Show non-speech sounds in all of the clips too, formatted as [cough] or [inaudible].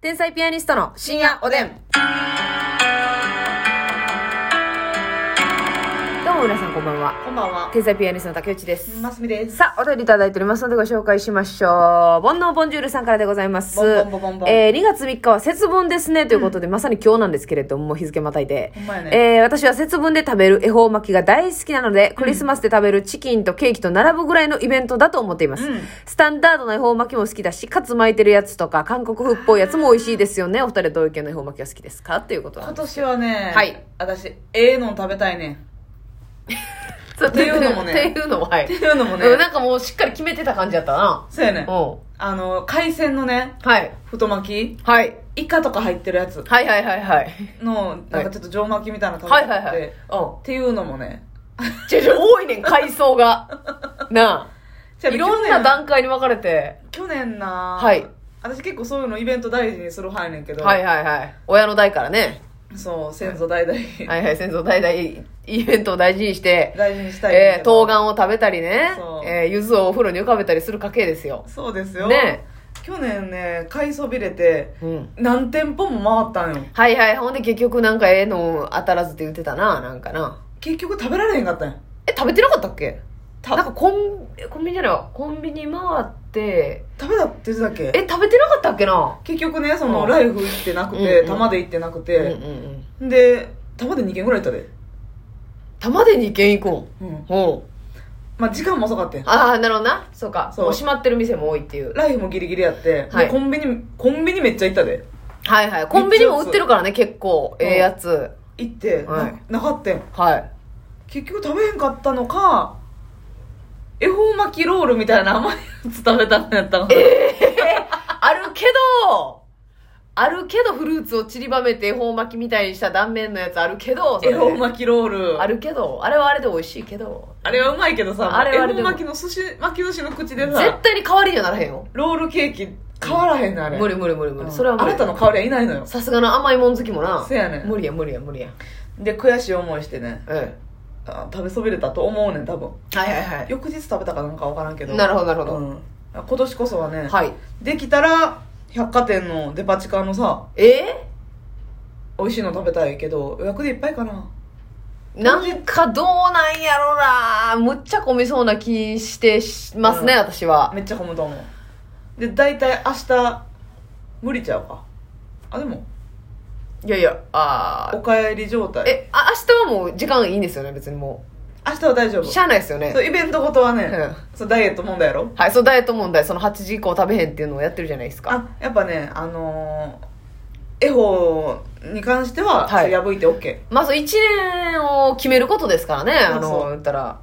天才ピアニストの深夜おでん。どうも皆さんこんばんは。こんばんは。天才ピアニストの竹内です。マスミです。さあ、お便りいただいておりますのでご紹介しましょう。煩悩ボンジュールさんからでございます。ボンボンボンボンボンえー2月3日は節分ですね、ということで、まさに今日なんですけれども、日付またいで。ほんまやねえー私は節分で食べる恵方巻きが大好きなので、クリスマスで食べるチキンとケーキと並ぶぐらいのイベントだと思っています。うんスタンダードな恵方巻きも好きだし、カツ巻いてるやつとか、韓国風っぽいやつも美味しいですよね。お二人どういう系の恵方巻きが好きですかということなん今です。年はね、はい私、ええのん食べたいね。そうっていうのも [laughs] ねっていうのも、はい。っていうのもね、うんなんかもうしっかり決めてた感じだったな。そうやね。うん。あの、海鮮のね、はい。太巻はい。き、イカとか入ってるやつはいはいはいはい。の、なんかちょっと上巻きみたいなの食べはたいくて、はいはい。うっていうのも [laughs] ね、ん。ちょちょ、多いねん、階層 [laughs] が。なあ。いろんな段階に分かれて。去年な、はい私結構そういうのイベント大事にする派やねんけど、はいはいはい。親の代からね。そう、先祖代々、はいはい、先祖代々イベントを大事にして、大事にしたいねんえけー、ど冬瓜を食べたりねそ、うえー、柚子をお風呂に浮かべたりする家系ですよ。そうですよ。ね去年ね、買いそびれて、うん。何店舗も回ったんよ。はいはい、ほんで結局なんかええの当たらずって言ってたな、なんかな。結局食べられへんかったんよ。え、食べてなかったっけたなんかコン、えコンビニじゃないわコンビニ回って、食べたって言ってたっけえ、食べてなかったっけな結局ねそうのんライフ行ってなくうんうてん玉で行ってなくうんうんて、うん。で玉で2軒ぐらい行ったで、玉で2軒行こうんう。うん。まあ時間も遅かったああ、なるほどな。そうか。そうもう閉まってる店も多いっていう。ライフもギリギリやって、はいでコンビニコンビニめっちゃ行ったではいはい。コンビニも売ってるからね、結構。うんええやつ。行って、はいななかったんはい。結局食べへんかったのか恵方巻きロールみたいな甘いやつ食べたんやったのかな、あるけど、あるけどフルーツを散りばめて恵方巻きみたいにした断面のやつあるけど、それ [laughs] 恵方巻きロールああれるけど、あれはあれで美味しいけど、はうまいけどさあれ恵はあれ方でも巻きの寿司巻き寿司の口でさ絶対に代わりにはならへんよ。ロールケーキ変わらへんのあれ無理無理無理無う理。んそれは無あ理。なたの代わりはいないのよさすがの甘いもん好きもな。せやねん無理や無理や無理や。で悔しい思いしてねえあ食べそびれたと思うねん多分え。はいはいはい。翌日食べたかなんか分からんけどなるほどなるほどうん今年こそはね、はい。できたら百貨店のデパ地下のさええ美味しいの食べたいけど予約でいっぱいかななんかどうなんやろなむっちゃ混みそうな気してしますね、うん私は。めっちゃ混むと思うで大体明日無理ちゃうかあでもいやいや、あお帰り状ー態え、あ、明日はもう時間いいんですよね、別にも明日は大丈う。夫しゃあないですよねそ。うイベントごとはね、うんそうダイエット問題やろはい、そう、ダイエット問題、その8時以降食べへんっていうのをやってるじゃないですか。あやっぱねあのー、エホに関しては、はいそう破いて OK まあ、そう、1年を決めることですからね、あそうその、う言ったら、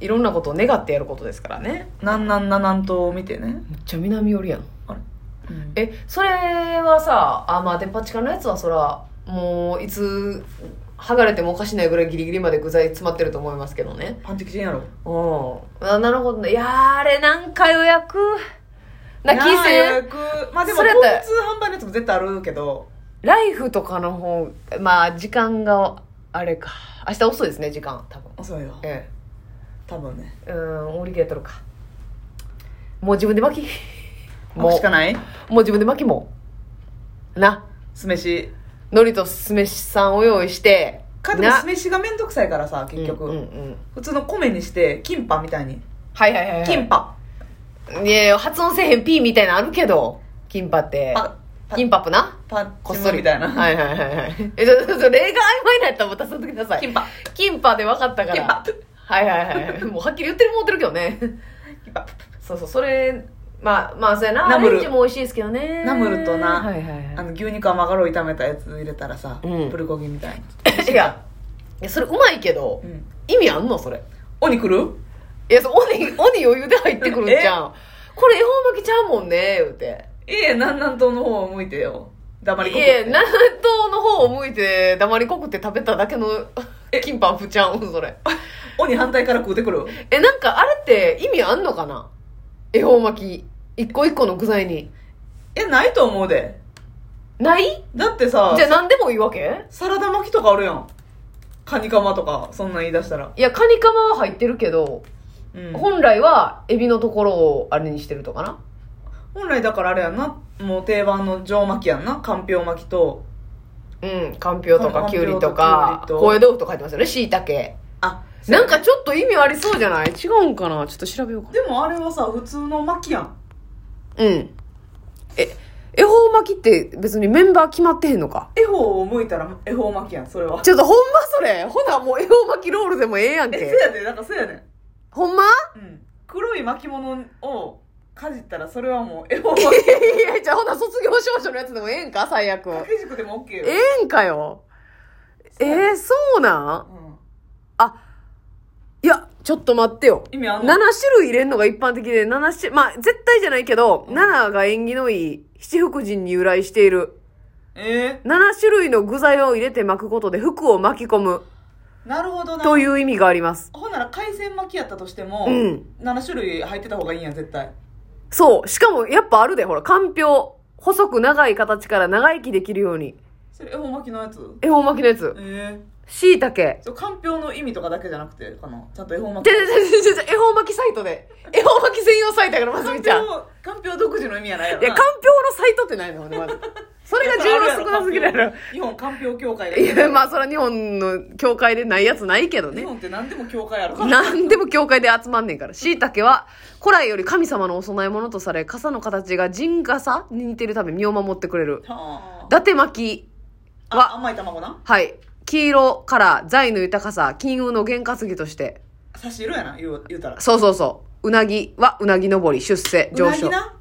いろんなことを願ってやることですからね。なんなんななんと見てねめっちゃ南寄りやん。あれ、うんえ、それはさ、あ、まあ、デパ地下のやつはそら、もう、いつ、剥がれてもおかしないぐらいギリギリまで具材詰まってると思いますけどね。パンチキチンやろうん。あなるほどね。いやー、あれ、なんか予約、な、気いやーせ予ん。約まあでもそれ交やっ通たら販売のやつも絶対あるけどライフとかの方、まあ、時間が、あれか。明日遅いですね、時間、多分。遅いよえ多分ねえ。うん、折り切れとるか。もう自分で巻き。ももうしかう、ないもう自分で巻きもう。な。酢飯海苔と酢飯さんを用意して。かでも酢飯がめんどくさいからさ結局、うんうんうん普通の米にしてキンパみたいにはいはいはい、はい。キンパいやいや発音せえへん P みたいなのあるけど、キンパって。パパキンパップなパンこっチそムり。みたいな、はいはいはいはい。 [laughs] え、ちょっと、それが曖昧になったらまたその時ください。キンパキンパで分かったから。キンパはいはい [laughs] はい。もうはっきり言ってるもんってるけどね。キンパそうそう、それ、まあ、まあ、そうやな。ナムルアレンジも美味しいですけどね。ナムルとなはいはいあはの牛肉甘辛を炒めたやつ入れたらさ、うんプルコギみたいな、 [laughs] い。いや、いやそれうまいけどう、ん、意味あんのそれ。鬼来るいや、そう鬼、鬼余裕で入ってくるんじゃん。これ恵方巻きちゃうもんね、言うて。いえ南南東の方を向いてよ黙りいこくっや、て南東の方を向いて黙りこくって食べただけのキンパンプちゃうん、それ。鬼反対から食うてくるえ、なんかあれって意味あんのかな恵方巻き。一個一個の具材に。えないと思うでないだってさじゃあ何でもいいわけサラダ巻きとかあるやんカニカマとかそんなん言い出したら、いや、カニカマは入ってるけど、うん、本来はエビのところをあれにしてるとかな本来だからあれやんなもう定番の上巻きやんなかんぴょう巻きとうんかんぴょうとかかんきぴゅょううりととかきゅう高野りと豆腐とか入ってますよねしいたけあなんかちょっと意味ありそうじゃない違うんかなちょっと調べようかでもあれはさ普通の巻きやんなうんえ恵方巻きって別にメンバー決まってへんのか恵方を向いたら恵方巻きやんそれはちょっとほんまそれほなもう恵方巻きロールでもええやんえけそうやねんなんかそうやねんほんまうん黒い巻物をかじったらそれはもう恵方 [laughs] 巻きいやいやじゃあほな卒業証書のやつでもええんか最悪掛け軸でも OK よええんかよえー、そうなんうんいやちょっと待ってよ意味あん7の種類入れるのが一般的で、7種、まあ、絶対じゃないけど、7が縁起のいい七福神に由来している。え7種類の具材を入れて巻くことで服を巻き込むー、なるほどなという意味があります。ほんなら海鮮巻きやったとしても、うん7種類入ってた方がいいやん絶対そう。しかも、やっぱあるで、ほら、かんぴょう。細く長い形から長生きできるように。それ恵方巻きのやつ恵方巻きのやつ。え椎茸え。それかんぴょうの意味とかだけじゃなくてかなちゃんと恵方巻できででででで、恵方巻きサイトで。恵方巻き専用サイトやから、ますかんみぴちょゃ [laughs] ん。いうかんぴょう独自の意味やないやろなや、かんぴょうのサイトってないのよね、まず。 [laughs] それが重量少なすぎるやろ。日本かんぴょう協会いや、まああ、そら日本の教会でないやつないけど [laughs] 日ね。本って何でも教会やろから何でも教会で集まんねんから。椎茸は、古来より神様のお供え物とされ、傘の形が人傘に似てるため身を守ってくれる。は伊達巻あきは、甘い卵なはい。黄色から財の豊かさ、金運の験担ぎとして。差し色やな言う言うたらそうそうそう。うなぎはうなぎ登り、出世、上昇。うなぎな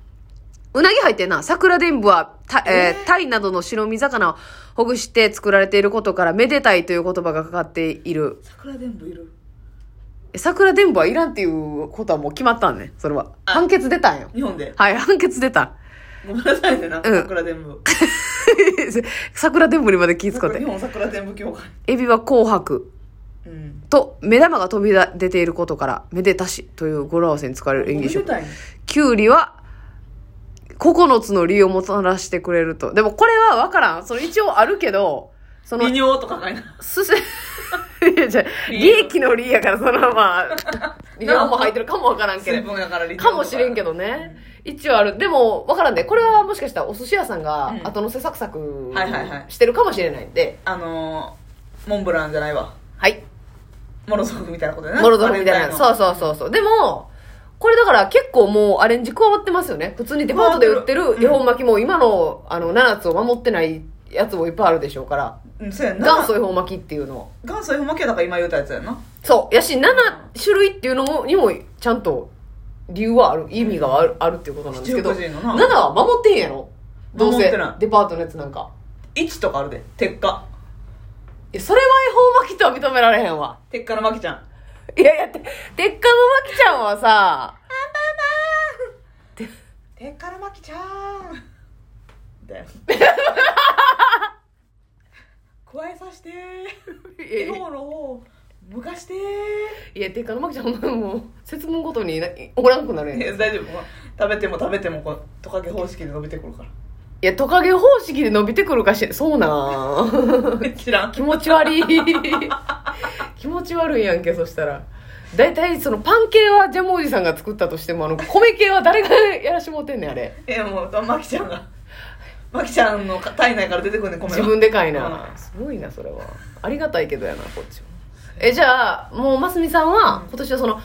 うなぎ入ってんな。桜伝部は、たえーえータイなどの白身魚をほぐして作られていることから、めでたいという言葉がかかっている。桜伝部いるえ桜伝部はいらんっていうことはもう決まったんね。それは。あ判決出たんよ。日本ではい、判決出た。 [laughs] ごめんなさいねなんかうん桜伝部桜伝部にまで気ぃ使っ日て。本桜伝部協会エビは紅白うんと目玉が飛び出ていることから、めでたしという語呂合わせに使われる演技めで職。たいねきゅうりは、9つの理由をもたらしてくれると。でもこれはわからん。その一応あるけど、その微、尿とか書いなすせ、 [laughs] いやじゃあ利益の利やから、その [laughs] まあ、利用も入ってるかもわからんけど成。分やから利尿とかもしれんけどね、一応あるでも分からんで、これはもしかしたらお寿司屋さんがうん後乗せサクサクはいはいはいしてるかもしれないんであのーモンブランじゃないわはいモロゾフみたいなことやなモロゾフみたいなそううそうそうそうでもこれだから結構もうアレンジ加わってますよね普通にデパートで売って加わっるて恵る方巻きも今のあの7つを守ってないやつもいっぱいあるでしょうからうんそうやんな元祖恵方巻きっていうのを元祖 F 負けだから今言うたやつやんなそうやし7種類っていうのもにもちゃんと理由はある意味があるあるっていうことなんですけど七7福神のなは守ってへんやろどう守せってないデパートのやつなんか1とかあるで鉄火いや、それは恵方巻きとは認められへんわ。鉄火のまきちゃんいやいや、て、鉄火の巻きちゃんはさ、鉄火のまきちゃんみ [laughs] たいな加えさしていやーい日や本の方をむかしていや、鉄火の巻きちゃんはもう、節分ごとになおらんくなるやーん。いえ大丈夫もう食べても食べてもこうトカゲ方式で伸びてくるからや、トカゲ方式で伸びてくるかし、そうなん知らん気持ち悪い。気持ち悪いやんけ、そしたら。大体そのパン系はジャムおじさんが作ったとしても、あの、米系は誰がやらしてもうてんねん、あれ。えもうまきちゃんがまきちゃんの体内から出てくるねん米が自分でかいな、うんすごいなそれはありがたいけどやなこっちもえじゃあもうますみさんはうん今年はその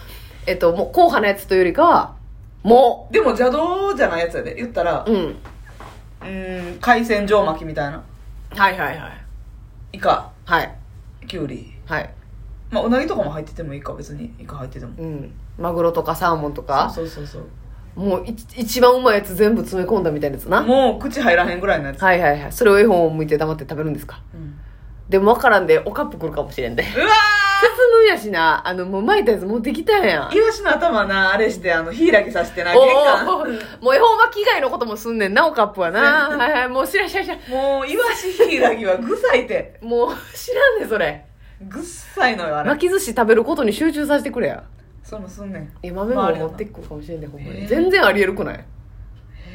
えっともう硬派なやつというよりかはもでも邪道じゃないやつやで言ったらううんうーん海鮮上巻きみたいなはいはいはいイカはいきゅうりはいまあうなぎとかも入っててもいいか別にイカ入っててもうんマグロとかサーモンとかそうそうそうもうい一番うまいやつ全部詰め込んだみたいなやつなもう口入らへんぐらいのやつ、はいはいはいそれを絵本を向いて黙って食べるんですかうんでも分からんでおカップ来るかもしれんでうわ節分やしなあのもう巻いたやつ持ってきたやんーイワシの頭なあれしてあのヒイラギさしてな玄お関おもう恵方巻き以外のこともすんねんなおカップはなはいはいもう知らん知らん知らんもうイワシヒイラギはぐさいてもう知らんねんそれぐっさいのよあれ巻き寿司食べることに集中させてくれやそうもすんねんいや豆まああもれや持なってくるかもしれんねんほんまへにえ全然ありえるくない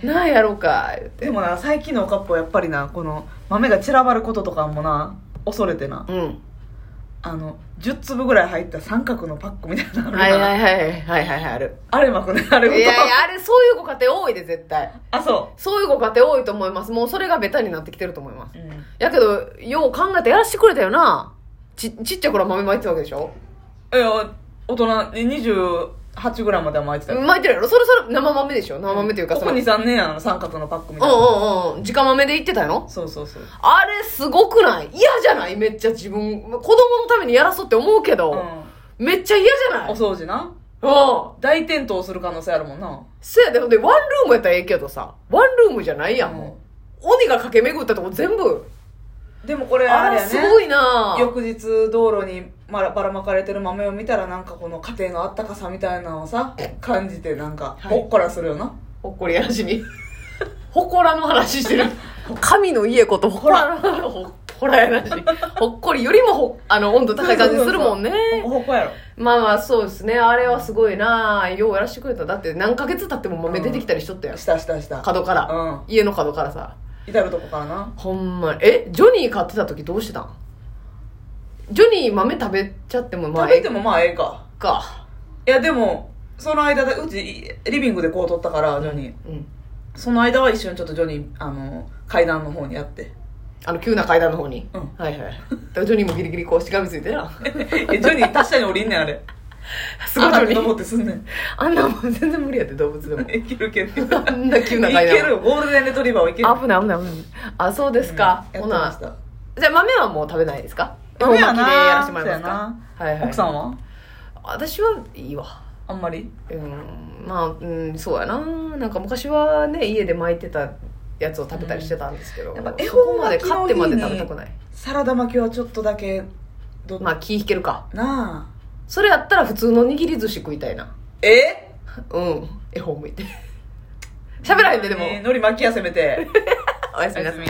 なんやろうか言ってでもな最近のおかっぽやっぱりなこの豆が散らばることとかもな恐れてなうんあの10粒ぐらい入った三角のパックみたいなのあるはやいんはいはいはいはいはいあるあれうまくねあいれうまやくいやあれそういうご家庭多いで絶対あそそういうご家庭多いと思いますもうそれがベタになってきてると思いますう、うん、やけどよう考えてやらしてくれたよなちちっちゃい頃は豆まいてたわけでしょいや大人28ぐらいまでは巻いてたよ巻いてるやろそれそれ生豆でしょ生豆というかこそこのに3年やの三角のパックみうたんいな、うんうん直豆で言ってたのそうそうそう、あれすごくない嫌じゃないめっちゃ自分子供のためにやらそうって思うけうん、ど、めっちゃ嫌じゃないお掃除なうん大転倒する可能性あるもんなせやでほんでワンルームやったらええけどさワンルームじゃないやん、もう鬼が駆け巡ったとこ全部でもこれああれれやねすごいな翌日道路にまらばらまかれてる豆を見たらなんかこの家庭のあったかさみたいなのをさ感じてなんかはいほっこらするよな、ほっこりやらしにほこらの話してる神の家ことほこらのほほらやらしほっこりよりもほあの温度高い感じするもんね [laughs] ほっこほっこやろまあまあそうですねあれはすごいなようやらしてくれただって何ヶ月経っても豆出てきたりしとったよ、したしたした角から、うん家の角からさ至るとこからなほんまにえジョニー買ってた時どうしてたんジョニー豆食べちゃってもまあ食べてもまあええかええかいやでもその間でうちリビングでこう取ったからジョニーうんその間は一緒にちょっとジョニーあの階段の方にやってあの急な階段の方に、うんはいはいだからジョニーもギリギリこうしがみついて [laughs] なえジョニー確かに降りんねんあれすごいジョニー登ってすん [laughs] ねんあんなもん全然無理やって動物でもいけるいけるいけあんな急な階段るよゴールデンレトリバーはいける危ない危ない危ないあそうですか、うんやっほてましなたじゃあ豆はもう食べないですか豆はな恵方巻きでやらせてもらいますそうやかなはいはい奥さんは私はいいわあんまりうんまあ、うん、そうやななんか昔はね家で巻いてたやつを食べたりしてたんですけど、んやっぱ恵そ方巻きこまで買ってまで食べたくないサラダ巻きはちょっとだけど、まあ気引けるかなあそれやったら普通の握り寿司食いたいなえうん恵方向いて喋らへんででも、ね海苔巻きやせめておやすみなさい